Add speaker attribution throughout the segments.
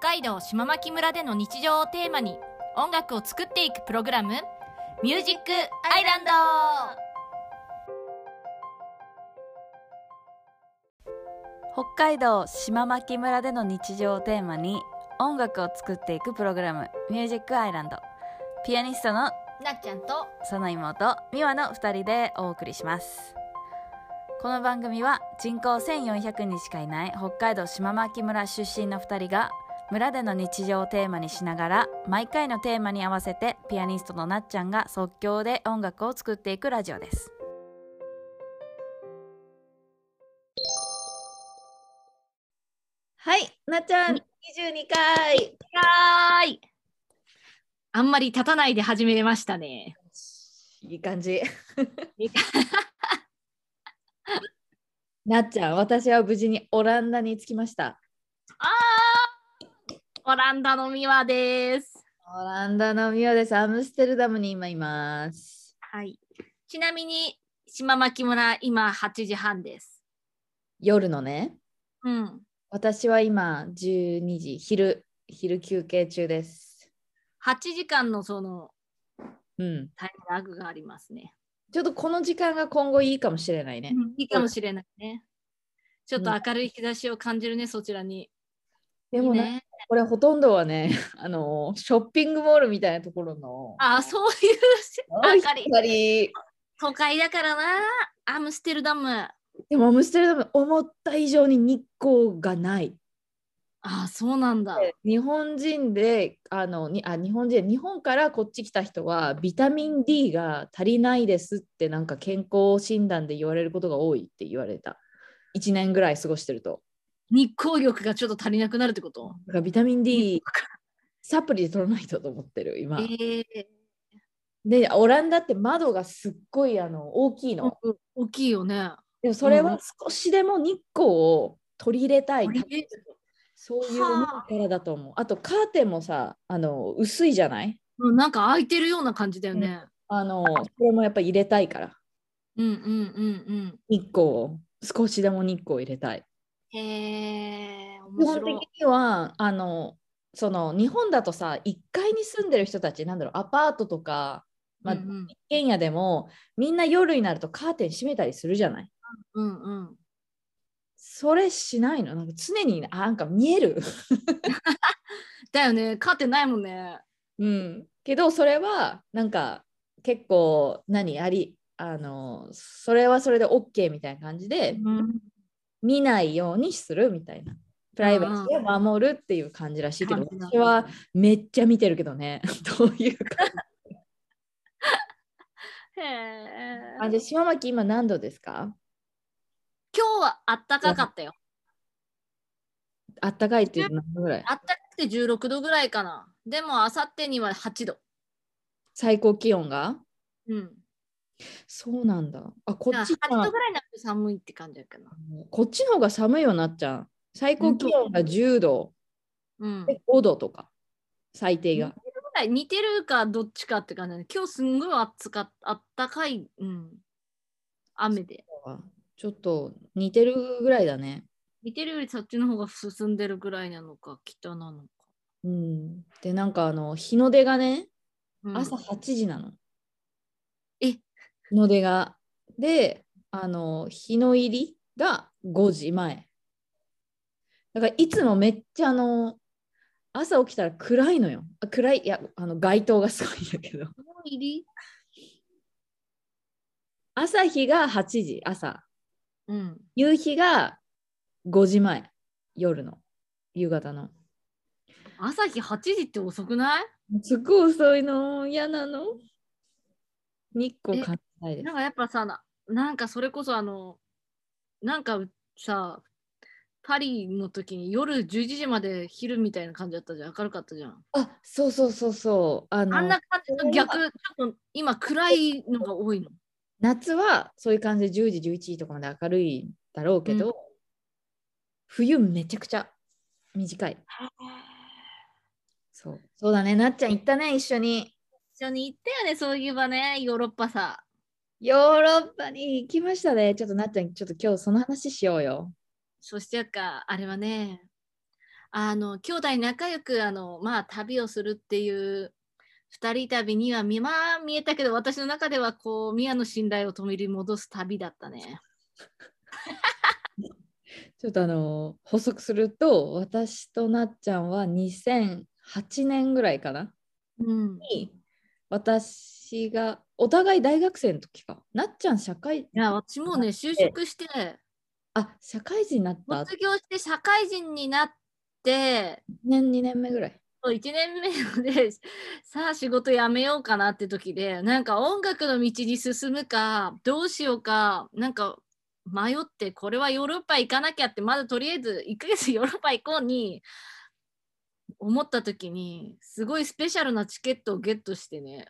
Speaker 1: 海道島牧村での日常をテーマに音楽を作っていくプログラム「ミュージックアイランド」
Speaker 2: 北海道島牧村での日常をテーマに音楽を作っていくプログラム「ミュージックアイランド」ピアニストの
Speaker 1: なっちゃんと
Speaker 2: その妹美和の2人でお送りしますこの番組は人口1400人しかいない北海道島牧村出身の2人が村での日常をテーマにしながら毎回のテーマに合わせてピアニストのなっちゃんが即興で音楽を作っていくラジオです
Speaker 3: はい、なっちゃん、22回。
Speaker 1: はーいあんまり立たないで始めれましたね
Speaker 3: いい感じ
Speaker 1: いい。
Speaker 3: なっちゃん、私は無事にオランダに着きました。
Speaker 1: あーオランダのミワです
Speaker 3: オランダのミオです。アムステルダムに今います。
Speaker 1: はいちなみに島牧村今8時半です
Speaker 3: 夜のね、
Speaker 1: うん
Speaker 3: 私は今12時、昼、昼休憩中です。
Speaker 1: 8時間のその
Speaker 3: うん。
Speaker 1: タイムラグがありますね
Speaker 3: ちょっとこの時間が今後いいかもしれないね。
Speaker 1: いいかもしれないね。ちょっと明るい日差しを感じるね、そちらに。
Speaker 3: でも
Speaker 1: いい
Speaker 3: ね、
Speaker 1: ね。
Speaker 3: これほとんどはね、 あの、ショッピングモールみたいなところの。
Speaker 1: あ、そういう
Speaker 3: う
Speaker 1: 明かり。
Speaker 3: 光。
Speaker 1: 都会だからな。アムステルダム。
Speaker 3: でもアムステルダム思った以上に日光がない。
Speaker 1: あ、そうなんだ。
Speaker 3: 日本人であのにあ日本人日本からこっち来た人はビタミン D が足りないですってなんか健康診断で言われることが多いって言われた1年ぐらい過ごしてると
Speaker 1: 日光浴がちょっと足りなくなるってこと
Speaker 3: だからビタミン D サプリで取らないとと思ってる今、
Speaker 1: ええ
Speaker 3: でオランダって窓がすっごいあの大きいの、
Speaker 1: うん大きいよね。
Speaker 3: でもそれ
Speaker 1: う
Speaker 3: は
Speaker 1: ん
Speaker 3: 少しでも日光を取り入れたい
Speaker 1: 取り入れ
Speaker 3: そういう思いからだと思うあとカーテンもさあの薄いじゃない
Speaker 1: うんなんか開いてるような感じだよね。
Speaker 3: あのそれもやっぱ入れたいから
Speaker 1: うんうんうん
Speaker 3: 日光を少しでも日光を入れたい。
Speaker 1: うん。へえ、
Speaker 3: 基
Speaker 1: 面
Speaker 3: 本
Speaker 1: 白
Speaker 3: 的
Speaker 1: い。
Speaker 3: にはあのその日本だとさ1階に住んでる人たちなんだろうアパートとか、まあ
Speaker 1: うんうん
Speaker 3: 一軒家でもみんな夜になるとカーテン閉めたりするじゃない
Speaker 1: うんうん。
Speaker 3: それしないのなんか常にあなんか見える、
Speaker 1: だよね。カーテンないもんね。
Speaker 3: うん、けどそれはなんか結構何ありあのそれはそれで OK みたいな感じで、
Speaker 1: うん。
Speaker 3: 見ないようにするみたいなプライバシーを守るっていう感じらしいけ
Speaker 1: 感
Speaker 3: ど
Speaker 1: じだ
Speaker 3: 私はめっちゃ見てるけどね どういう感
Speaker 1: へえ。
Speaker 3: じあじゃあ島巻今何度ですか
Speaker 1: 今日はあったかかったよ。
Speaker 3: あったかいっていうと何度ぐらい
Speaker 1: あったかくて16度ぐらいかな。でも、あさってには8度。
Speaker 3: 最高気温が
Speaker 1: うん。
Speaker 3: そうなんだあこっち
Speaker 1: だから8
Speaker 3: が
Speaker 1: 度ぐらいになると寒いって感じだけどな。
Speaker 3: こっちの方が寒いようになっちゃう最高気温が10度
Speaker 1: うん。
Speaker 3: で5度とか最低が
Speaker 1: 似てるかどっちかって感じだね。今日すんごい暑かった。あったかい。うん。雨で。
Speaker 3: ちょっと似てるぐらいだね
Speaker 1: 似てるよりそっちの方が進んでるぐらいなのか、北なのか。
Speaker 3: うんでなんかあの日の出がね
Speaker 1: うん
Speaker 3: 朝8時なの。
Speaker 1: え
Speaker 3: 日の出が。で、あの、日の入りが5時前。だからいつもめっちゃあの、朝起きたら暗いのよ。あ暗い、いや、あの街灯がすごいんだけど。
Speaker 1: 日の入り
Speaker 3: 朝日が8時、朝。
Speaker 1: うん。
Speaker 3: 夕日が5時前、夜の、夕方の。
Speaker 1: 朝日8時って遅くない
Speaker 3: すっごい遅いの、嫌なの。日光感じないです
Speaker 1: なん。かやっぱさな、なんかそれこそあの、なんかさ、パリの時に夜11時まで昼みたいな感じだったじゃん。明るかったじゃん。
Speaker 3: あ、そうそうそうそう。あの
Speaker 1: あんな感じの逆、ちょっと今暗いのが多いの。
Speaker 3: 夏はそういう感じで10時11時とかまで明るいだろうけど、
Speaker 1: うん
Speaker 3: 冬めちゃくちゃ短いそうそうだねなっちゃん行ったね一緒に
Speaker 1: 一緒に行ったよね、そういえばね、ヨーロッパさ。
Speaker 3: ヨーロッパに行きましたねちょっとなっちゃんちょっと今日その話しようよ
Speaker 1: そしてか、あれはね、あの兄弟仲良くあの、まあ、旅をするっていう二人旅には見,、まあ、見えたけど私の中ではこう宮の信頼を取り戻す旅だったね。
Speaker 3: ちょっとあの補足すると私となっちゃんは2008年ぐらいかな
Speaker 1: うん、い
Speaker 3: に私がお互い大学生の時かなっちゃん社会
Speaker 1: や私もね就職して
Speaker 3: あ社会人になった1
Speaker 1: 卒業して社会人になって
Speaker 3: 年2年目ぐらい
Speaker 1: 1年目で さあ仕事辞めようかなって時でなんか音楽の道に進むかどうしようかなんか迷ってこれはヨーロッパ行かなきゃってまずとりあえず1ヶ月ヨーロッパ行こうに思った時にすごいスペシャルなチケットをゲットしてね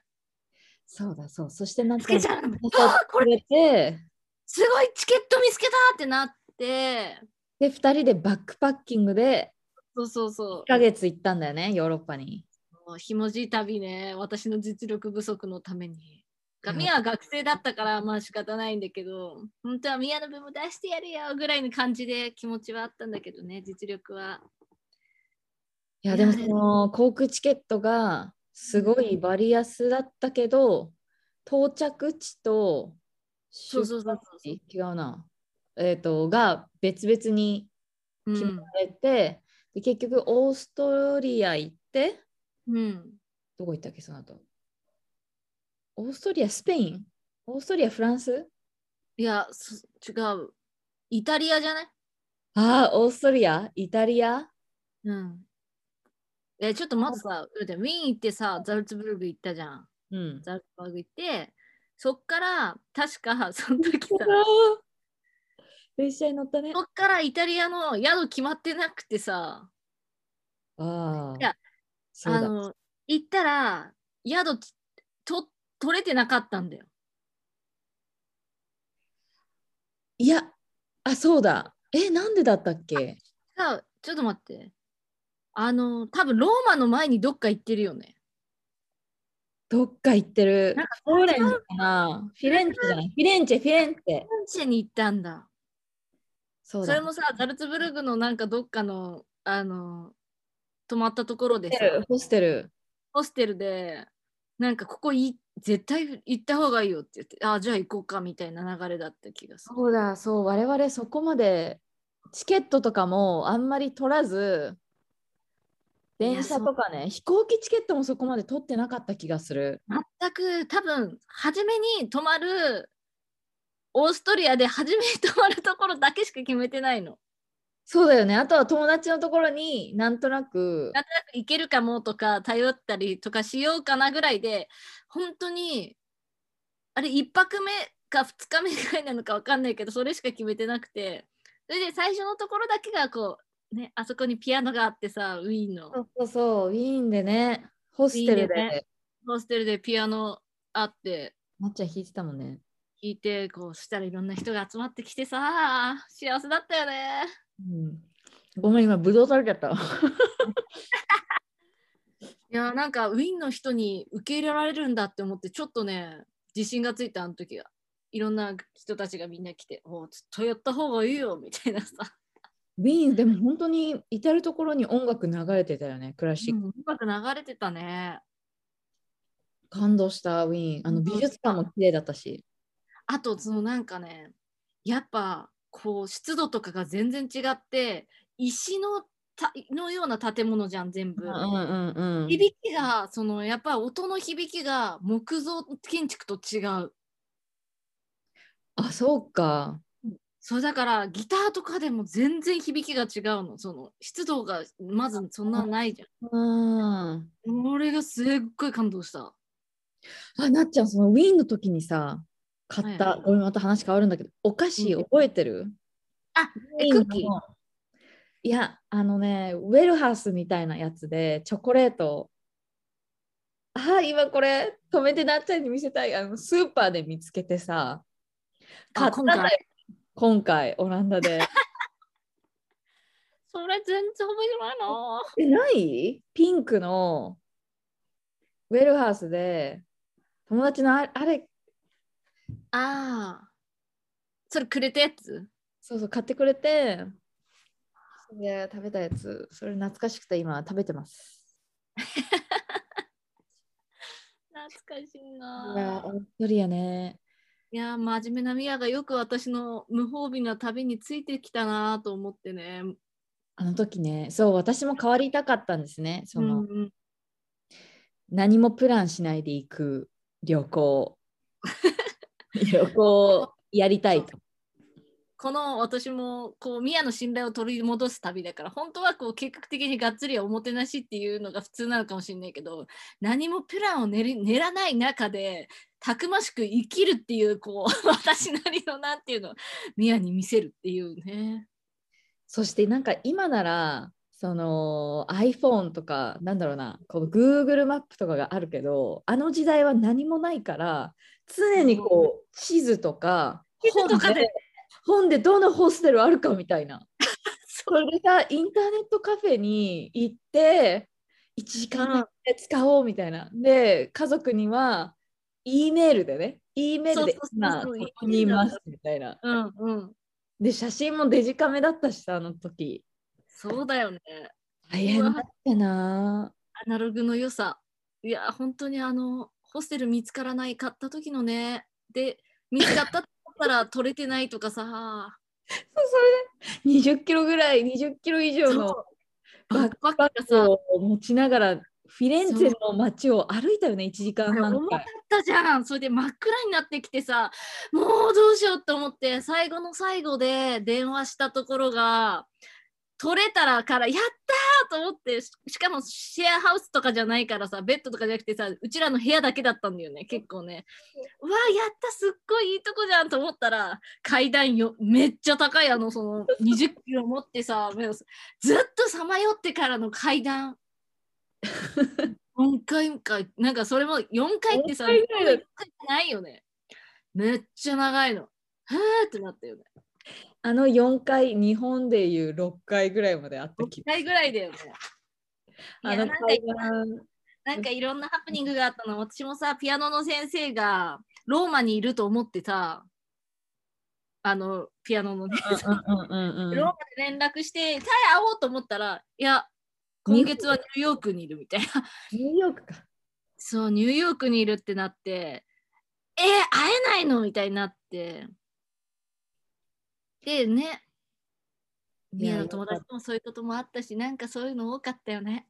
Speaker 3: そうだそうそしてなっ
Speaker 1: つ
Speaker 3: ちゃ
Speaker 1: け
Speaker 3: ん
Speaker 1: ち
Speaker 3: が
Speaker 1: ゃう
Speaker 3: くれて
Speaker 1: すごいチケット見つけたってなって
Speaker 3: で2人でバックパッキングで
Speaker 1: そうそうそう
Speaker 3: 1ヶ月行ったんだよねヨーロッパに
Speaker 1: もうひもじい旅ね私の実力不足のために。
Speaker 3: や
Speaker 1: ミヤは学生だったからまあ仕方ないんだけど本当はミヤの分も出してやるよぐらいの感じで気持ちはあったんだけどね実力はい
Speaker 3: や
Speaker 1: い
Speaker 3: で
Speaker 1: や
Speaker 3: もその航空チケットがすごい割安だったけど到着地と
Speaker 1: そ
Speaker 3: 出
Speaker 1: うそうそう
Speaker 3: 発地違うなえっ、とが別々に
Speaker 1: う
Speaker 3: 決め
Speaker 1: ん
Speaker 3: ら、れて、で結局オーストリア行って
Speaker 1: うん、
Speaker 3: どこ行ったっけその後オーストリアスペインオーストリアフランス
Speaker 1: いやそ違うイタリアじゃない
Speaker 3: ああオーストリアイタリア
Speaker 1: うんえちょっと待ってさウィーン行ってさザルツブルグ行ったじゃん
Speaker 3: うん
Speaker 1: ザルツブルグ行ってそっから確かその時さ
Speaker 3: 列車に乗ったね
Speaker 1: そっからイタリアの宿決まってなくてさ
Speaker 3: ああ
Speaker 1: いや
Speaker 3: そう
Speaker 1: あ
Speaker 3: だ
Speaker 1: の行ったら宿つと取れてなかったんだよ。
Speaker 3: いや、あ、そうだ。え、なんでだったっけ
Speaker 1: さあちょっと待って。あの多分ローマの前にどっか行ってるよね。
Speaker 3: どっか行ってる。
Speaker 1: なん
Speaker 3: フローレンスかなフィレンツェじゃないフィレンツェ、フィレンツェ。
Speaker 1: フィレンツェに行ったんだ。
Speaker 3: そ
Speaker 1: そう
Speaker 3: だ。
Speaker 1: れもさザルツブルグのなんかどっかのあの泊まったところで
Speaker 3: ホス
Speaker 1: さ
Speaker 3: テルホステル。
Speaker 1: ホステルでなんかここい絶対行った方がいいよって言ってあじゃあ行こうかみたいな流れだった気がする。
Speaker 3: そうだ、そう、我々そこまでチケットとかもあんまり取らず、電車とかね、飛行機チケットもそこまで取ってなかった気がする。
Speaker 1: 全く多分初めに泊まるオーストリアで初めに泊まるところだけしか決めてないの。
Speaker 3: そうだよね。あとは友達のところになんとなく、
Speaker 1: なんとなく行けるかもとか頼ったりとかしようかなぐらいで本当にあれ1泊目か2日目ぐらいなのか分かんないけどそれしか決めてなくてそれで最初のところだけがこうねあそこにピアノがあってさウィーンの
Speaker 3: そうそうそう、ウィーンでね、ホステル
Speaker 1: ウィーンで
Speaker 3: で
Speaker 1: ね、ホステルでピアノあって
Speaker 3: なっちゃん弾いてたもんね。
Speaker 1: 弾いてこうしたらいろんな人が集まってきてさ幸せだったよね。
Speaker 3: うんごめん、今、ぶどう食べちゃった。
Speaker 1: いやーなんかウィーンの人に受け入れられるんだって思ってちょっとね自信がついたあの時はいろんな人たちがみんな来て「おうずっとやった方がいいよ」みたいなさ
Speaker 3: ウィーン、でも本当に至る所に音楽流れてたよね、クラシック。
Speaker 1: うまく流れてたね
Speaker 3: 感動した、ウィーン。あの
Speaker 1: 感動
Speaker 3: 美
Speaker 1: した
Speaker 3: 術館も綺麗だったし。
Speaker 1: あとそのなんかねやっぱこう湿度とかが全然違って石のたのような建物じゃん全部
Speaker 3: うんうんうん。
Speaker 1: 響きがそのやっぱり音の響きが木造建築と違う
Speaker 3: あ、そうか。
Speaker 1: そうだからギターとかでも全然響きが違うのその湿度がまずそんなないじゃ
Speaker 3: うん。
Speaker 1: ん俺がすっごい感動した
Speaker 3: あ、なっちゃん、そのウィーンの時にさ、買った、
Speaker 1: はい
Speaker 3: ごめん、また話変わるんだけど、お菓子
Speaker 1: うん
Speaker 3: 覚えてる
Speaker 1: あ
Speaker 3: ウ
Speaker 1: え
Speaker 3: ィーンの
Speaker 1: クッキー
Speaker 3: いや、あのね、ウェルハースみたいなやつで、チョコレート。あ、今これ、止めてなっちゃんに見せたい。あのスーパーで見つけてさ、買
Speaker 1: あ
Speaker 3: った
Speaker 1: 今
Speaker 3: んだよ
Speaker 1: 回
Speaker 3: 今回オランダで。
Speaker 1: それ全然覚えてないの
Speaker 3: えないピンクのウェルハースで友達のああれ
Speaker 1: ああそれくれたやつ
Speaker 3: そうそう買ってくれていやー食べたやつそれ懐かしくて今食べてます
Speaker 1: 懐かしい
Speaker 3: いや
Speaker 1: な
Speaker 3: ーオーストリアね
Speaker 1: いやー真面目なミアがよく私の無褒美な旅についてきたなと思ってね
Speaker 3: あの時ねそう私も変わりたかったんですねその、
Speaker 1: うんうん
Speaker 3: 何もプランしないで行く旅 行旅行やりたいと
Speaker 1: この私もこうミアの信頼を取り戻す旅だから本当はこう計画的にがっつりはおもてなしっていうのが普通なのかもしれないけど何もプランを練り練らない中でたくましく生きるっていうこう 私なりのなんていうのミアに見せるっていうね。
Speaker 3: そしてなんか今ならその iPhone とかなんだろうなこう Google マップとかがあるけどあの時代は何もないから常にこう地図とか
Speaker 1: 地図とかで
Speaker 3: 本でどのホステルあるかみたいな
Speaker 1: そ
Speaker 3: それがインターネットカフェに行って1時間で使おうみたいな、で家族には E メールでね E メールで
Speaker 1: そうそうそう
Speaker 3: 今こ
Speaker 1: そう
Speaker 3: こにいますみたいな
Speaker 1: うんうん、
Speaker 3: で写真もデジカメだったしさあの時
Speaker 1: そうだよね。
Speaker 3: 大変だったな
Speaker 1: アナログの良さ。いや、本当にあの、ホステル見つからない、買った時のね、で、見つかったって思ったら取れてないとか さ、
Speaker 3: そうそれで20キロぐらい20キロ以上の
Speaker 1: バ
Speaker 3: バ
Speaker 1: ック
Speaker 3: ック
Speaker 1: パック
Speaker 3: パ
Speaker 1: が
Speaker 3: ッ
Speaker 1: さ、
Speaker 3: クを持ちながらフィレンツェの街を歩いたよね1時間半
Speaker 1: 重
Speaker 3: く
Speaker 1: からっ
Speaker 3: い
Speaker 1: たじゃん。それで真っ暗になってきてさ、もうどうしようと思って、最後の最後で電話したところが、取れたらから、やったーと思って、ししかもシェアハウスとかじゃないからさ、ベッドとかじゃなくてさ、うちらの部屋だけだったんだよね、結構ね。うわやったすっごいいいとこじゃんと思ったら階段よめっちゃ高いあのその20キロ持ってさ目をずっとさまよってからの階段4回かなんかそれも4回ってさ
Speaker 3: 四回ぐらいだ
Speaker 1: 四回じゃないよねめっちゃ長いのはーってなったよね
Speaker 3: あの4回日本でいう6回ぐらいまであった気
Speaker 1: 6回ぐらいだよねい
Speaker 3: あ
Speaker 1: やな
Speaker 3: の
Speaker 1: んか
Speaker 3: 階段
Speaker 1: なんかいろんなハプニングがあったの私もさピアノの先生がローマにいると思ってさあのピアノのね
Speaker 3: うんうんうんうん
Speaker 1: ローマで連絡して、タイ会おうと思ったら、いや、今月はニューヨークにいるみたいな。
Speaker 3: ニューヨークか。
Speaker 1: そう、ニューヨークにいるってなって、えー会えないのみたいになって。でね、
Speaker 3: い
Speaker 1: ミ
Speaker 3: や
Speaker 1: アの友達ともそういうこともあったし、なんかそういうの多かったよね。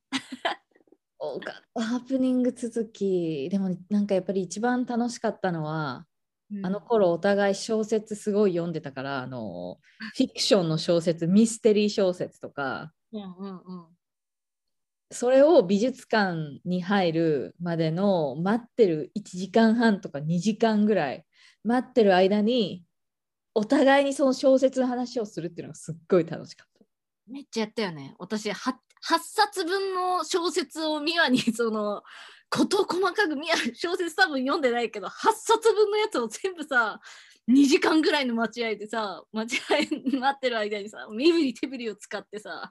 Speaker 3: 多かったハプニング続きでもなんかやっぱり一番楽しかったのは、あの頃お互い小説すごい読んでたからあのフィクションの小説ミステリー小説とか
Speaker 1: うんうんうん。
Speaker 3: それを美術館に入るまでの待ってる1時間半とか2時間ぐらい待ってる間にお互いにその小説の話をするっていうのがすっごい楽しかった。
Speaker 1: めっちゃやったよね。私は 8, 冊分の小説をミワに その事細かくミワ小説多分読んでないけど8冊分のやつを全部さ2時間ぐらいの待合でさ待合 待ってる間にさ身振り手振りを使ってさ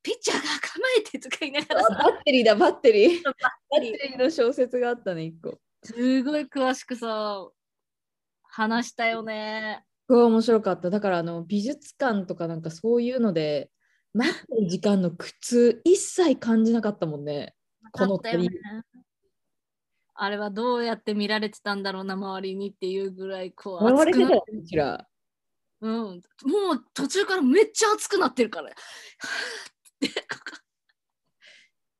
Speaker 1: ピッチャーが構えてとか言いながら
Speaker 3: あ
Speaker 1: さ
Speaker 3: バッテリーだバッテリー
Speaker 1: そう
Speaker 3: バッテリーの小説があったね1個。
Speaker 1: すごい詳しくさ話したよね。
Speaker 3: すごい面白かった。だからあの美術館とかなんかそういうので待ってる時間の苦痛一切感じなかったもんね。この
Speaker 1: あったよね
Speaker 3: 鳥。
Speaker 1: あれはどうやって見られてたんだろうな周りにっていうぐらいこう
Speaker 3: 笑われ
Speaker 1: 熱く
Speaker 3: て
Speaker 1: な
Speaker 3: たよね、うちら。
Speaker 1: うん、もう途中からめっちゃ熱くなってるから。はぁって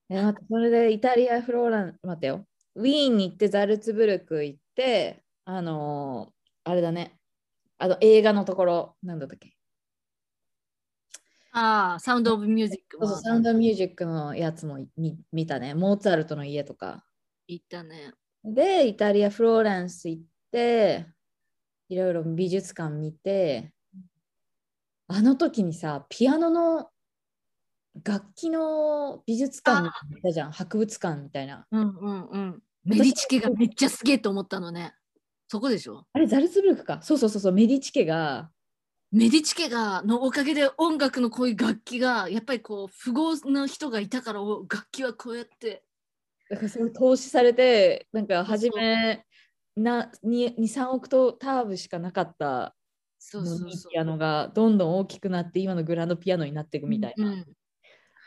Speaker 3: え待ってそれでイタリア、フローラン、待ってよ。ウィーンに行って、ザルツブルク行って、あのーあれだね。あの映画のところ、なんだったっけ
Speaker 1: ああ、サウンド・オブ・ミュージック
Speaker 3: そう
Speaker 1: も
Speaker 3: そうサウンドミュージックのやつも見見たね。モーツァルトの家とか。
Speaker 1: 行ったね。
Speaker 3: で、イタリア、フローランス行って、いろいろ美術館見て、あの時にさ、ピアノの楽器の美術館みたいなのあったじゃん、博物館みたいな。
Speaker 1: うんうんうん。メディチ家がめっちゃすげえと思ったのね。そこでしょ
Speaker 3: あれ、ザルツブルクか。そうそうそうそう、メディチ家が、
Speaker 1: メディチ家がのおかげで音楽のこういう楽器がやっぱりこう富豪の人がいたからお楽器はこうやって
Speaker 3: だからそれ投資されて、なんか
Speaker 1: そう
Speaker 3: 初めな2、2 3億とターブしかなかった
Speaker 1: そうそうそう
Speaker 3: ピアノがどんどん大きくなって今のグランドピアノになっていくみたいな、
Speaker 1: うん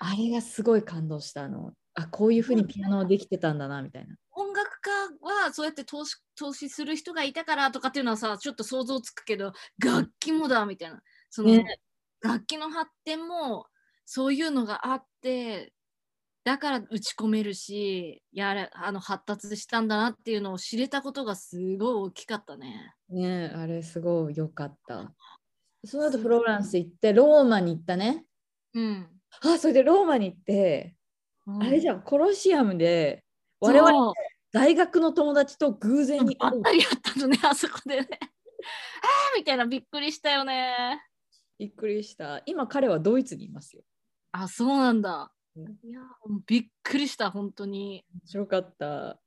Speaker 3: あれがすごい感動したあのあこういうふうにピアノはできてたんだなみたいな
Speaker 1: 音楽家はそうやって投資投資する人がいたからとかっていうのはさちょっと想像つくけど楽器もだみたいなその、
Speaker 3: ね
Speaker 1: 楽器の発展もそういうのがあってだから打ち込めるしやれあの発達したんだなっていうのを知れたことがすごい大きかったね。
Speaker 3: ねあれすごい良かったその後フローランス行ってローマに行ったね
Speaker 1: うん、
Speaker 3: あそれでローマに行ってあれじ
Speaker 1: ゃ
Speaker 3: ゃんコロシアムで我々大学の友達と偶然に
Speaker 1: あ
Speaker 3: 会
Speaker 1: っ
Speaker 3: う
Speaker 1: たりやったのねあそこでね。 ああみたいなびっくりしたよね。
Speaker 3: びっくりした今彼はドイツにいますよ
Speaker 1: あそうなんだ。
Speaker 3: う
Speaker 1: い
Speaker 3: ん
Speaker 1: やびっくりした本当に。
Speaker 3: 面白かった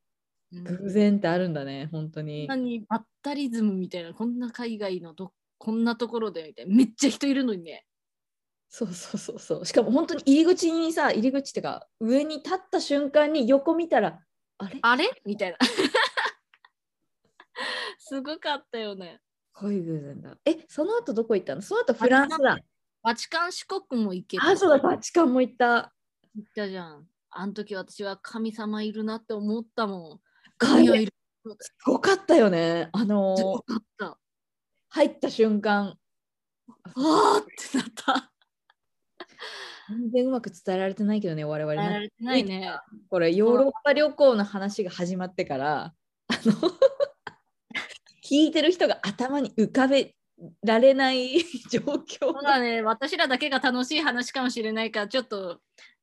Speaker 1: うん
Speaker 3: 偶然ってあるんだね本当
Speaker 1: こん
Speaker 3: に
Speaker 1: なにバッタリズムみたいなこんな海外のどこんなところでみたいなめっちゃ人いるのにね
Speaker 3: そうそうそうそうしかも本当に入り口にさ入り口ってか上に立った瞬間に横見たらあれ
Speaker 1: あれみたいな すごかったよね
Speaker 3: こういう偶然だえその後どこ行ったのその後フランスだ
Speaker 1: バチカン四国も行けた
Speaker 3: あそうだバチカンも行った
Speaker 1: 行ったじゃんあの時私は神様いるなって思ったもん神はいる
Speaker 3: すごかったよねあ
Speaker 1: す
Speaker 3: の
Speaker 1: ごかったあ
Speaker 3: 入った瞬間
Speaker 1: あってなった
Speaker 3: 全然うまく伝えられてないけどね我々
Speaker 1: やら
Speaker 3: な
Speaker 1: れてないね
Speaker 3: これヨーロッパ旅行の話が始まってからあの 聞いてる人が頭に浮かべられない状況
Speaker 1: そうだね私らだけが楽しい話かもしれないからちょっと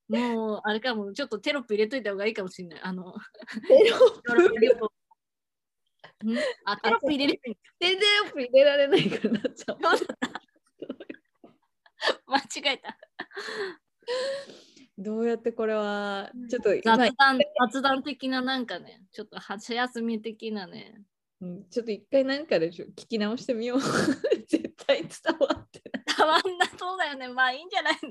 Speaker 1: もうあれかもちょっとテロップ入れといた方がいいかもしれないあの
Speaker 3: テロ
Speaker 1: ヨーロ
Speaker 3: ッ
Speaker 1: ッ
Speaker 3: プ
Speaker 1: パ旅行。んあ、テロップ入れる。
Speaker 3: 全然テロップ入れられないからなっちゃう
Speaker 1: 間違えた。
Speaker 3: どうやってこれはちょっと
Speaker 1: 雑
Speaker 3: 今
Speaker 1: 談、雑談的ななんかね、ちょっと箸休み的なね。
Speaker 3: うんちょっと一回何かでしょ聞き直してみよう 絶対伝わってない
Speaker 1: 変わんなそうだよね。まあいいんじゃないの。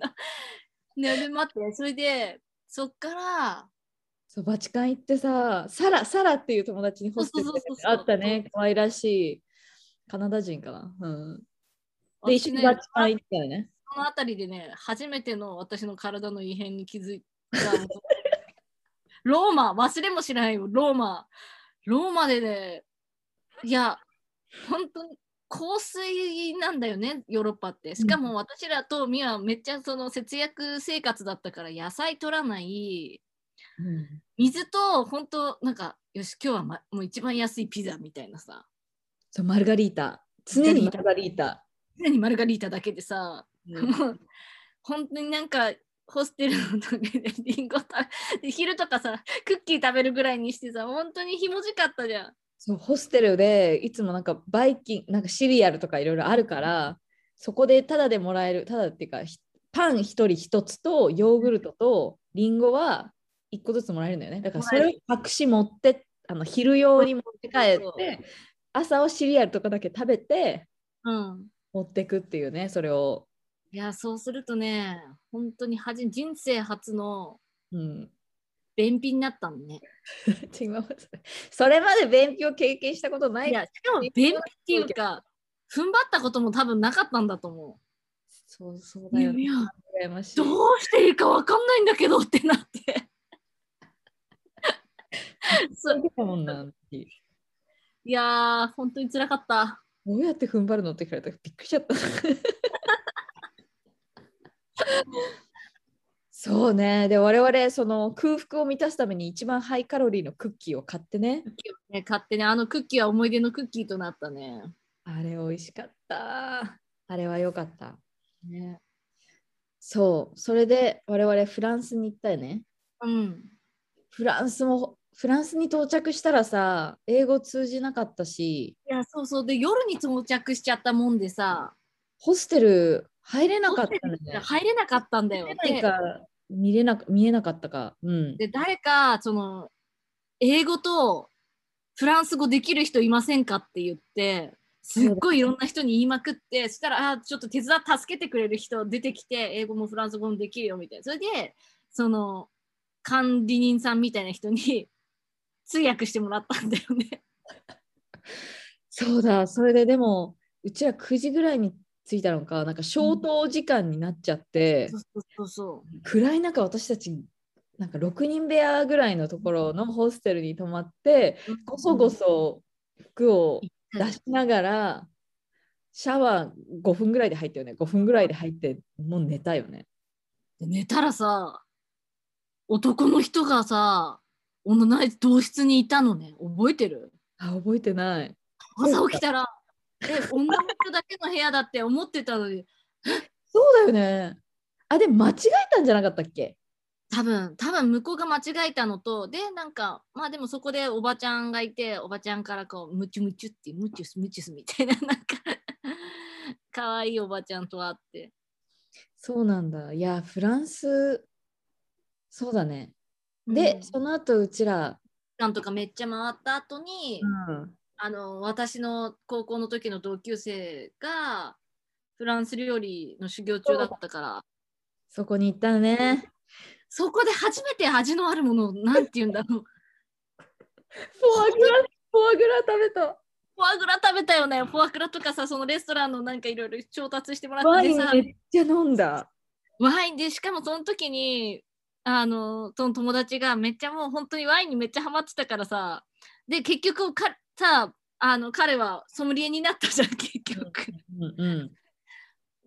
Speaker 1: ね、で、待って、それで、そっから、
Speaker 3: そうバチカン行ってさサラサラっていう友達にホステス
Speaker 1: そうそうそうそう
Speaker 3: あったね可愛らしいカナダ人かな、うん、で一緒に
Speaker 1: 私
Speaker 3: バ
Speaker 1: ね
Speaker 3: チカン行ったよね
Speaker 1: そのあたりでね、初めての私の体の異変に気づいた。ローマ、忘れもしないよ、ローマ。ローマでね、いや、本当に香水なんだよね、ヨーロッパって。しかも私らとミはめっちゃその節約生活だったから、野菜取らない、水と本当、なんか、よし、今日は、ま、もう一番安いピザみたいなさ、
Speaker 3: そうマルガリータ常にマルガリータ、
Speaker 1: 常にマルガリータだけでさ、
Speaker 3: うん
Speaker 1: もう 本当になんかホステルの時でリンゴ食べ 昼とかさクッキー食べるぐらいにしてさ本当にひもじかったじゃん
Speaker 3: そうホステルでいつもなんかバイキンなんかシリアルとかいろいろあるからそこでタダでもらえるタダっていうかひパン1人1つとヨーグルトとリンゴは1個ずつもらえるんだよねだからそれを隠し持ってあの昼用に持って帰っ
Speaker 1: そうそう
Speaker 3: て朝をシリアルとかだけ食べて
Speaker 1: うん
Speaker 3: 持ってくっていうねそれを、
Speaker 1: いやそうするとね本当にはじ人生初の
Speaker 3: うん、
Speaker 1: 便秘になったのね
Speaker 3: 違うそれまで便秘を経験したことない
Speaker 1: いやしかも便秘っていうか踏ん張ったことも多分なかったんだと思
Speaker 3: そうそう
Speaker 1: う、
Speaker 3: だよね
Speaker 1: いや
Speaker 3: 羨ましい
Speaker 1: どうしていいかわかんないんだけどってなって そう
Speaker 3: だもんなあの時
Speaker 1: いやー本当につらかった
Speaker 3: どうやって踏ん張るのって聞かれたらびっくりしちゃった。 そうね。で、我々、その空腹を満たすために一番ハイカロリーのクッキーを買ってね。
Speaker 1: ね、勝手にあのクッキーは思い出のクッキーとなったね。
Speaker 3: あれ、美味しかった。あれは良かった。
Speaker 1: ね
Speaker 3: そう。それで、我々、フランスに行ったよね。
Speaker 1: うん。
Speaker 3: フランスも、フランスに到着したらさ、英語通じなかったし、
Speaker 1: いや、そうそう。で、夜に到着しちゃったもんでさ、
Speaker 3: ホステル入れなかったのね。
Speaker 1: 入れなかったんだよ
Speaker 3: 入。れないか見れなく見えなかったか。うん。
Speaker 1: で、で誰か、その、英語とフランス語できる人いませんかって言って、すっごいいろんな人に言いまくって、そしたら、あ、ちょっと手伝って助けてくれる人出てきて、英語もフランス語もできるよみたいな。それで、その、管理人さんみたいな人に通訳してもらったんだよね。
Speaker 3: そうだ、それででも、うちら9時ぐらいに着いたのかなんか消灯時間になっちゃって、
Speaker 1: そうそうそうそ
Speaker 3: 暗い中私たちなんか6人部屋ぐらいのところのホステルに泊まって
Speaker 1: う。
Speaker 3: ごそごそ服を
Speaker 1: うん
Speaker 3: 出しながらシャワー5分ぐらいで入ったよね5分ぐらいで入ってもう寝たよね
Speaker 1: で寝たらさ男の人がさ同じ同室にいたのね覚えてる
Speaker 3: あ覚えてない
Speaker 1: 朝起きたらえ女の人だけの部屋だって思ってたのに
Speaker 3: そうだよねあでも間違えたんじゃなかったっけ
Speaker 1: 多分多分向こうが間違えたのとでなんかまあでもそこでおばちゃんがいておばちゃんからこうムチュムチュってムチュスムチュスみたいななんか可愛いおばちゃんと会って
Speaker 3: そうなんだいやフランスそうだねで、
Speaker 1: うん
Speaker 3: その後うちら、
Speaker 1: なんとかめっちゃ回った後に、あの私の高校の時の同級生がフランス料理の修行中だったから
Speaker 3: そこに行ったね
Speaker 1: そこで初めて味のあるものをなんて言うんだろう
Speaker 3: フォアグラフォアグラ食べた
Speaker 1: フォアグラ食べたよねフォアグラとかさそのレストランのなんかいろいろ調達してもらっ
Speaker 3: ワ
Speaker 1: て
Speaker 3: イ
Speaker 1: て
Speaker 3: ン
Speaker 1: さ
Speaker 3: めっちゃ飲んだ
Speaker 1: ワインでしかもその時にあのその友達がめっちゃもう本当にワインにめっちゃハマってたからさで結局かさあの彼はソムリエになったじゃん結局。
Speaker 3: うんうん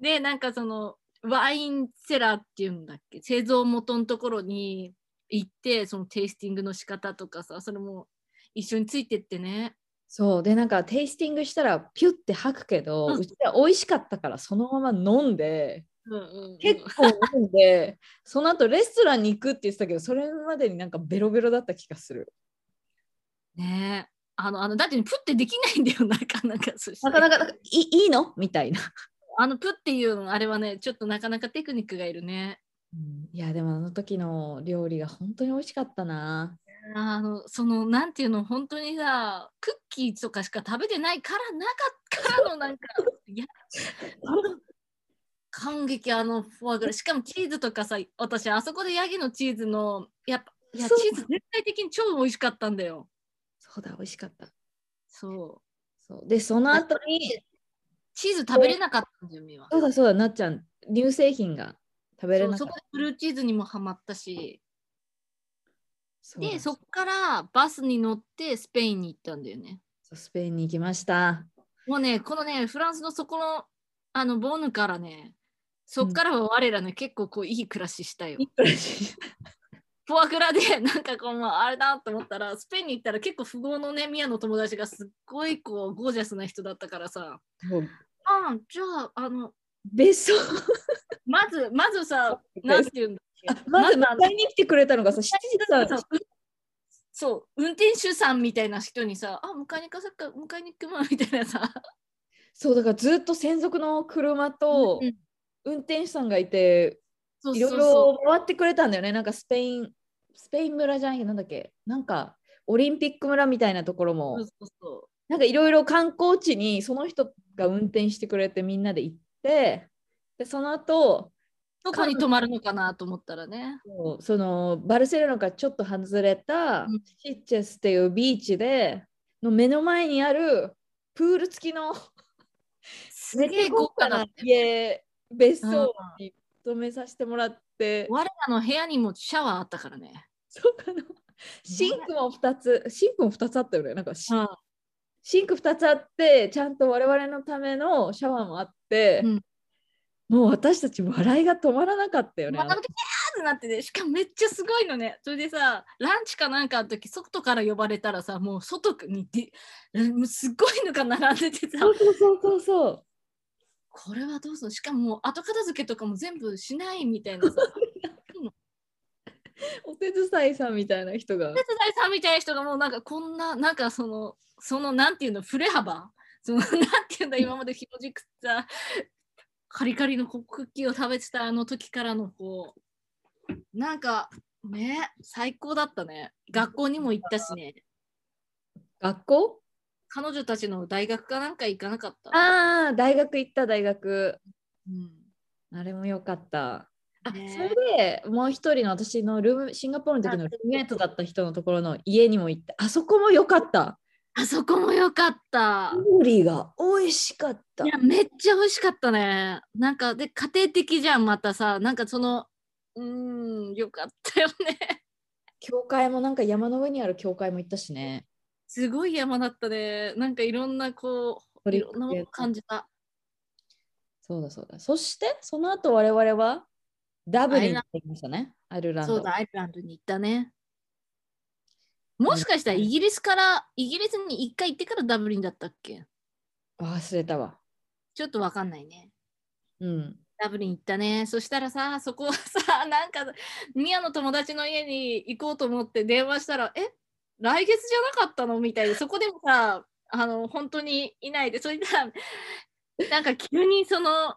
Speaker 1: でなんかそのワインセラーっていうんだっけ製造元のところに行ってそのテイスティングの仕方とかさそれも一緒についてってね
Speaker 3: そうでなんかテイスティングしたらピュッて吐くけど、
Speaker 1: う
Speaker 3: うんちは美味しかったからそのまま飲んで
Speaker 1: うんうんうん
Speaker 3: 結構飲んでその後レストランに行くって言ってたけどそれまでになんかベロベロだった気がする
Speaker 1: ねえあのあのだってプッてできないんだよなかなかそして
Speaker 3: なかなかなんかいいいのみたいな、
Speaker 1: あのプっていうのあれはねちょっとなかなかテクニックがいるね
Speaker 3: いやでもあの時の料理が本当に美味しかったな
Speaker 1: あのそのなんていうの本当にさクッキーとかしか食べてないからなかからの なんかいやあの感激あのフォアグラしかもチーズとかさ私あそこでヤギのチーズのやっぱいやチ
Speaker 3: そう
Speaker 1: ーズ全体的に超美味しかったんだよ
Speaker 3: そうだ美味しかった
Speaker 1: そう
Speaker 3: そうでその後に
Speaker 1: チーズ食べれなかったんだよみは
Speaker 3: そうだそうだなっちゃん乳製品が食べれ
Speaker 1: そう
Speaker 3: なか
Speaker 1: そ
Speaker 3: っ
Speaker 1: こ
Speaker 3: た
Speaker 1: でブルーチーズにもハマったし
Speaker 3: そう
Speaker 1: で
Speaker 3: だ
Speaker 1: そこからバスに乗ってスペインに行ったんだよね
Speaker 3: そうスペインに行きました
Speaker 1: もうね、このね、フランスのそこの、あの、ボーヌからね、そっからは我らね、結構こう、いい暮らししたよ。フォアグラで、なんかこう、まあ、あれだと思ったら、スペインに行ったら結構富豪のね、宮の友達がすっごいこう、ゴージャスな人だったからさ、
Speaker 3: もう
Speaker 1: ああ、じゃあ、あの、
Speaker 3: 別荘
Speaker 1: まず、まず さ、なんて言うんだっけ。
Speaker 3: まず
Speaker 1: あの
Speaker 3: 迎えに来てくれたのがさ、7時さ、
Speaker 1: そううんそう、運転手さんみたいな人にさ、あ、迎えに行かせっか、迎えに行くわ、みたいなさ。
Speaker 3: そうだからずっと専属の車と
Speaker 1: うん
Speaker 3: 運転手さんがいて、
Speaker 1: そう
Speaker 3: い
Speaker 1: そう
Speaker 3: ろ
Speaker 1: そ
Speaker 3: いうろ回ってくれたんだよね。なんかスペイン、スペイン村じゃないけど、なんだっけ、なんかオリンピック村みたいなところも
Speaker 1: そう、そうそう。
Speaker 3: なんかいろいろ観光地にその人が運転してくれてみんなで行って、でその後
Speaker 1: どこに泊まるのかなと思ったらね。
Speaker 3: そのバルセロナからちょっと外れた
Speaker 1: うん
Speaker 3: シッチェスっていうビーチでの目の前にあるプール付きの
Speaker 1: すげえ豪華だって。
Speaker 3: 家別荘に泊めさせてもらって、
Speaker 1: 我らの部屋にもシャワーあったからね。
Speaker 3: そうかなシンクも2つシンクも2つあったよねなんかシ,、
Speaker 1: うん
Speaker 3: ンク2つあってちゃんと我々のためのシャワーもあって、
Speaker 1: うん
Speaker 3: もう私たち笑いが止まらなかったよね
Speaker 1: またキャーってなってね、しかもめっちゃすごいのね。それでさ、ランチかなんかの時、外から呼ばれたらさ、もう外にで、うんもうすごいのが並んでてさ
Speaker 3: そ、うそうそうそうそう
Speaker 1: これはどうするしかももう後片付けとかも全部しないみたいなさ、
Speaker 3: お手伝いさんみたいな人が
Speaker 1: 手伝いさんみたいな人がもうなんかこんな、なんかその、そのなんていうの、振れ幅そのなんていうんだ、今までひもじくった、カリカリのクッキーを食べてたあの時からのこう、なんかね、最高だったね。学校にも行ったしね。
Speaker 3: 学校
Speaker 1: 彼女たちの大学かなんか行かなかった。
Speaker 3: ああ大学行った大学
Speaker 1: うん
Speaker 3: あれもよかったあ
Speaker 1: ね
Speaker 3: それでもう一人の私のルームシンガポールの時のルームメイトだった人のところの家にも行ってあそこも良かった
Speaker 1: あそこも良かった。
Speaker 3: 料理が美味しかった
Speaker 1: いやめっちゃ美味しかったね。なんかで家庭的じゃんまたさなんかそのうーんよかったよね。
Speaker 3: 教会もなんか山の上にある教会も行ったしね
Speaker 1: すごい山だったね。なんかいろんなこういろんなもの感じた。
Speaker 3: そうだそうだそしてその後我々はダブリンに行ってきましたねアイルランド
Speaker 1: そうだアイルランドに行ったね。もしかしたらイギリスからイギリスに一回行ってからダブリンだったっけ
Speaker 3: 忘れたわ
Speaker 1: ちょっとわかんないね。
Speaker 3: うん
Speaker 1: ダブリン行ったね。そしたらさ、そこはさ、 なんか、ミアの友達の家に行こうと思って電話したら、え来月じゃなかったのみたいで、そこでもさ、あの、本当にいないで、それでさ、なんか急にその、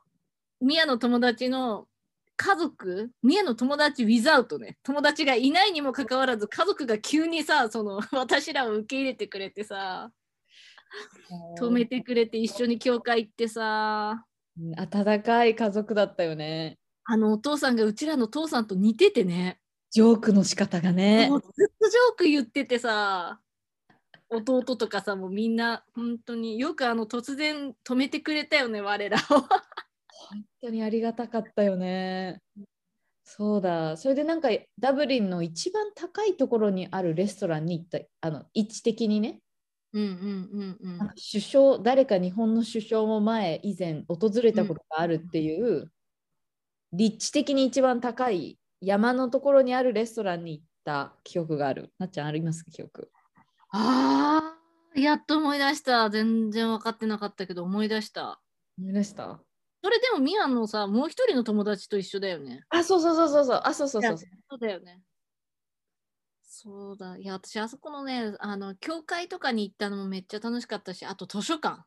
Speaker 1: ミアの友達の家族、ミアの友達ウィザウトね、友達がいないにもかかわらず、家族が急にさ、その、私らを受け入れてくれてさ、止めてくれて、一緒に教会行ってさ、
Speaker 3: うん温かい家族だったよね
Speaker 1: あのお父さんがうちらの父さんと似ててね。
Speaker 3: ジョークの仕方がね
Speaker 1: もうずっとジョーク言っててさ、弟とかさ、もうみんな本当によくあの突然止めてくれたよね、我らを。
Speaker 3: 本当にありがたかったよね。そうだそれでなんかダブリンの一番高いところにあるレストランに行ったあの位置的にね
Speaker 1: うんうんうんう
Speaker 3: なん
Speaker 1: ん
Speaker 3: か。首相誰か日本の首相も前以前訪れたことがあるっていう、立地的に一番高い山のところにあるレストランに行った記憶があるなっちゃんあります記憶
Speaker 1: ああ、やっと思い出した。全然分かってなかったけど思い出した。
Speaker 3: 思い出した
Speaker 1: それでもミアのさ、もう一人の友達と一緒だよね。
Speaker 3: あそうそうそうそうそうあそうそうそうそう
Speaker 1: そうだよね。そうだ。いや、私、あそこのね、あの、教会とかに行ったのもめっちゃ楽しかったし、あと図書館。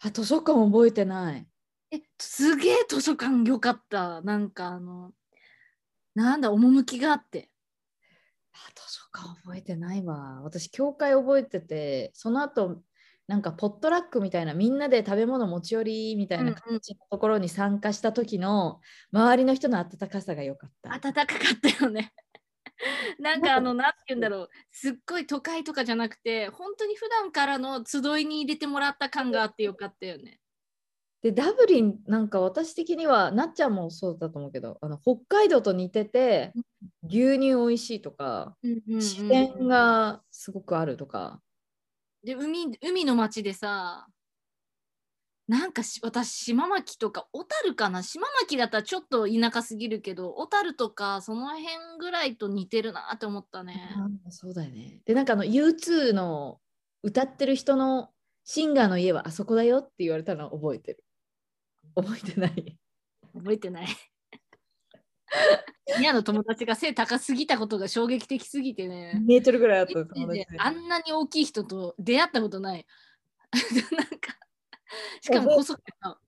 Speaker 3: あ図書館覚えてない
Speaker 1: え、すげえ図書館良かった。なんかあの、なんだ、趣があって。
Speaker 3: あ図書館覚えてないわ。私、教会覚えてて、その後、なんかポットラックみたいな、みんなで食べ物持ち寄りみたい
Speaker 1: うんう
Speaker 3: なん形のところに参加した時の、周りの人の温かさが良かった。
Speaker 1: 暖かかったよね。 なんかあの、なんて言うんだろう。すっごい都会とかじゃなくて、本当に普段からの集いに入れてもらった感があってよかったよね。
Speaker 3: で、ダブリン、なんか私的には、なっちゃんもそうだと思うけど、あの北海道と似てて、牛乳美味しいとか、
Speaker 1: うんうんうん
Speaker 3: 自然がすごくあるとか、
Speaker 1: で海海の町でさなんかし私島巻とか小樽かな島巻だったらちょっと田舎すぎるけど小樽とかその辺ぐらいと似てるなって思ったね。
Speaker 3: あそうだよね。で、なんかあの U2 の歌ってる人のシンガーの家はあそこだよって言われたのは覚えてる。覚えてない。
Speaker 1: 覚えてない。宮の友達が背高すぎたことが衝撃的すぎてね。
Speaker 3: メートルぐらいあった友達
Speaker 1: で
Speaker 3: で
Speaker 1: あんなに大きい人と出会ったことない。 なんかしかも細くてさ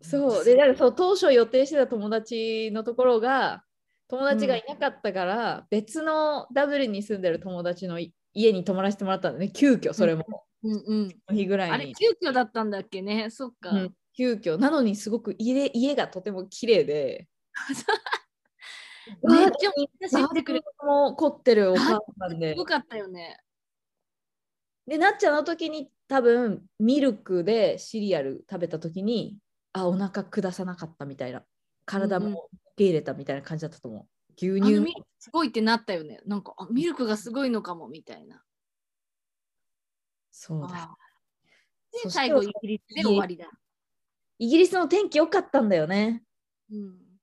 Speaker 3: そう。で、だからそう当初予定してた友達のところが、友達がいなかったから、別のダブルに住んでる友達のい家に泊まらせてもらったんだね、急遽それも、
Speaker 1: うんうん、
Speaker 3: その日ぐら
Speaker 1: あ
Speaker 3: い
Speaker 1: れ
Speaker 3: に。
Speaker 1: 急遽だったんだっけねそっか。
Speaker 3: うん急遽なのにすごく家家がとても綺麗で。
Speaker 1: めっちゃみんな
Speaker 3: バ
Speaker 1: 知
Speaker 3: ー
Speaker 1: って
Speaker 3: ベ
Speaker 1: く
Speaker 3: キ
Speaker 1: れ
Speaker 3: ュ
Speaker 1: て
Speaker 3: ーも凝ってるお母さんで
Speaker 1: よ。かったよね。
Speaker 3: でなっちゃんの時に多分ミルクでシリアル食べた時にあお腹下さなかったみたいな体
Speaker 1: うんうん
Speaker 3: も受け入れたみたいな感じだったと思う、
Speaker 1: あ
Speaker 3: 牛乳
Speaker 1: のミル
Speaker 3: も
Speaker 1: クすごいってなったよね。なんかあミルクがすごいのかもみたいな。
Speaker 3: そうだ
Speaker 1: あーで
Speaker 3: そして
Speaker 1: 最後イギリスで終わりだ。
Speaker 3: イギリスの天気良かったんだよね
Speaker 1: うん、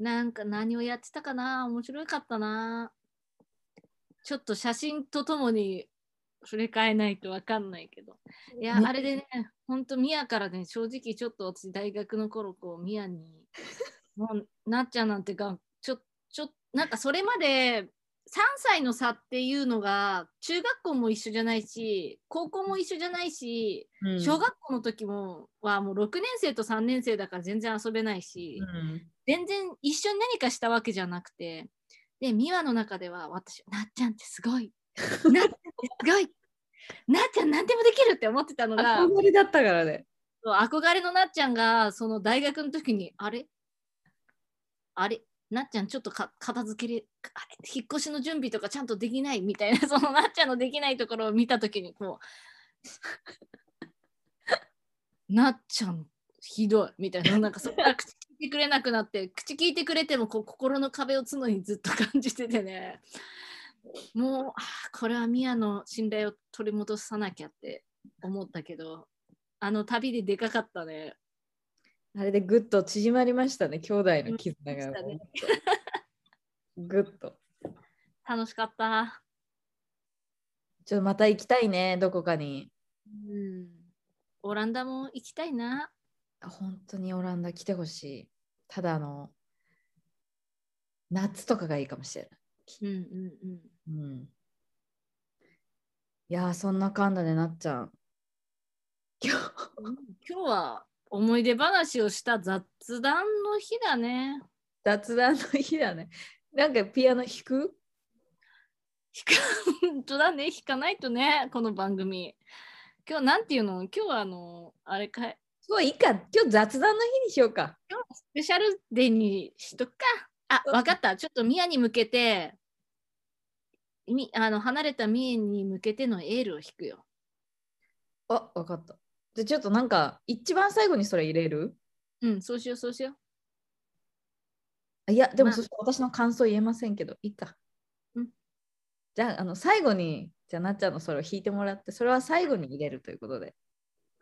Speaker 1: なんか何をやってたかな面白かったな。ちょっと写真とともに触れ替えないとわかんないけど。いや、
Speaker 3: ね
Speaker 1: あれでね、ほんとミヤからね、正直ちょっと私大学の頃こうミヤに、もうなっちゃんなんてがちょちょなんかそれまで3歳の差っていうのが中学校も一緒じゃないし高校も一緒じゃないし
Speaker 3: うん
Speaker 1: 小学校の時もはもう6年生と3年生だから全然遊べないし、
Speaker 3: うん
Speaker 1: 全然一緒に何かしたわけじゃなくてで美和の中では私なっちゃんってすごいなっちゃんってすごいなっちゃん何でもできるって思ってたのが
Speaker 3: 憧れだったからね
Speaker 1: そう憧れのなっちゃんがその大学の時にあれあれなっちゃんちょっとか片付けれあ引っ越しの準備とかちゃんとできないみたいな そのなっちゃんのできないところを見た時にこう なっちゃんひどいみたいななんかそこから口聞いてくれなくなって口聞いてくれてもこう心の壁を常にずっと感じててねもうあーこれはミヤの信頼を取り戻さなきゃって思ったけどあの旅ででかかったね。
Speaker 3: あれでぐっと縮まりましたね、兄弟の絆が。
Speaker 1: うん
Speaker 3: ぐっと。
Speaker 1: 楽しかった。
Speaker 3: ちょっとまた行きたいね、どこかに。
Speaker 1: うん。オランダも行きたいな。
Speaker 3: あ本当にオランダ来てほしい。ただあの、夏とかがいいかもしれない。
Speaker 1: うんうんうん。
Speaker 3: うん、いやー、そんなかんだでなっちゃん。今日
Speaker 1: 今日は思い出話をした雑談の日だね。
Speaker 3: 雑談の日だね。なんかピアノ弾く
Speaker 1: 弾か本当だね。弾かないとね、この番組。今日なんていうの今日はあの、あれかい。
Speaker 3: そう、いいか。今日雑談の日にしようか。
Speaker 1: スペシャルデーにしとくか。あ、わかった。ちょっとミヤに向けて、みあの離れたミヤに向けてのエールを弾くよ。
Speaker 3: あ、わかった。じゃあちょっとなんか、一番最後にそれ入れる
Speaker 1: うん、そうしよう、そうしよ
Speaker 3: あいや、でも
Speaker 1: まあ
Speaker 3: そして私の感想言えませんけど、いいか。
Speaker 1: うん
Speaker 3: じゃあ、あの、最後に、じゃあなっちゃんのそれを弾いてもらって、それは最後に入れるということで。
Speaker 1: う。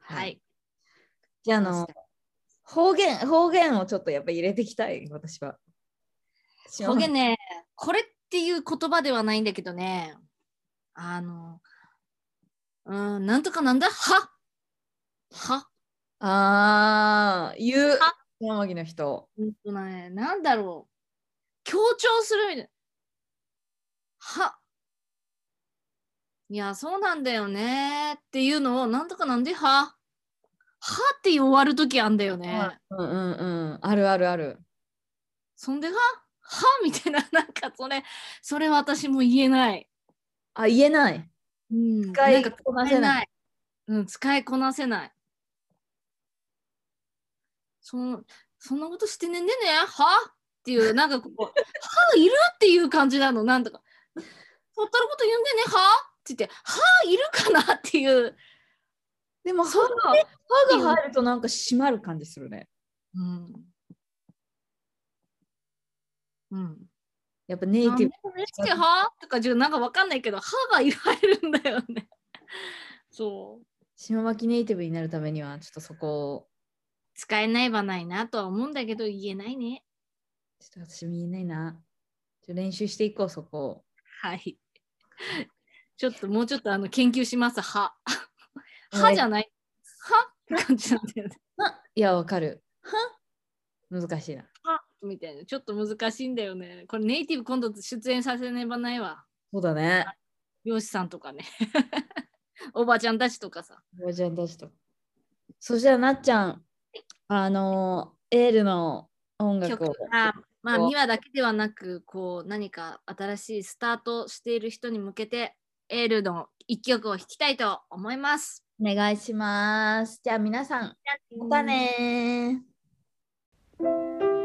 Speaker 1: はい。
Speaker 3: じゃあ、あの、方言、方言をちょっとやっぱ入れていきたい、私は。
Speaker 1: 方言ね、これっていう言葉ではないんだけどね、あの、うん、なんとかなんだはは
Speaker 3: ああ、言う
Speaker 1: あ。
Speaker 3: 山木の人。
Speaker 1: うんとね、なんだろう。強調するみたいな。はいや、そうなんだよねっていうのを、なんとかなんでははって終わるときあんだよね。
Speaker 3: うんうんうん。あるあるある。
Speaker 1: そんでははみたいな、 なんかそれ、それ私も言えない。
Speaker 3: あ、言えない。
Speaker 1: うん、
Speaker 3: 使い
Speaker 1: なんか
Speaker 3: こな
Speaker 1: 使
Speaker 3: せ
Speaker 1: え
Speaker 3: な
Speaker 1: ない。うん、使いこなせない。そんそんなことしてねんでねはっていう、なんかこう、 はいるっていう感じなの、なんとか。そったること言うんでねはって言って、はいるかなっていう。
Speaker 3: でも、歯
Speaker 1: そう
Speaker 3: が、歯が入るとなんか締まる感じするね。
Speaker 1: うん。うん。
Speaker 3: やっぱネイ
Speaker 1: なん
Speaker 3: テ
Speaker 1: で
Speaker 3: ィ
Speaker 1: もねしてはとかじゃなんかわかんないけど、はが入るんだよね。 そう。
Speaker 3: 島巻ネイティブになるためにはちょっとそこを
Speaker 1: 使えないはないなとは思うんだけど、言えないね。
Speaker 3: ちょっと私も言えないな。ちょっと練習していこうそこを。
Speaker 1: はい。ちょっともうちょっとあの研究します。歯。
Speaker 3: は
Speaker 1: 歯
Speaker 3: い
Speaker 1: じゃない。歯って感じなんだよね。
Speaker 3: いやわかる。は難しいな。
Speaker 1: 歯みたいな。ちょっと難しいんだよね。これネイティブ今度出演させねばないわ。
Speaker 3: そうだね。
Speaker 1: 漁師さんとかね。 おばちゃんたちとかさ。
Speaker 3: おばちゃんたちと。そしたらなっちゃん、あのエールの音楽
Speaker 1: 曲
Speaker 3: を。
Speaker 1: がまあ
Speaker 3: こう
Speaker 1: 美和だけではなくこう何か新しいスタートしている人に向けてエールの一曲を弾きたいと思います。
Speaker 3: お願いします。じゃあ皆さん、またねー。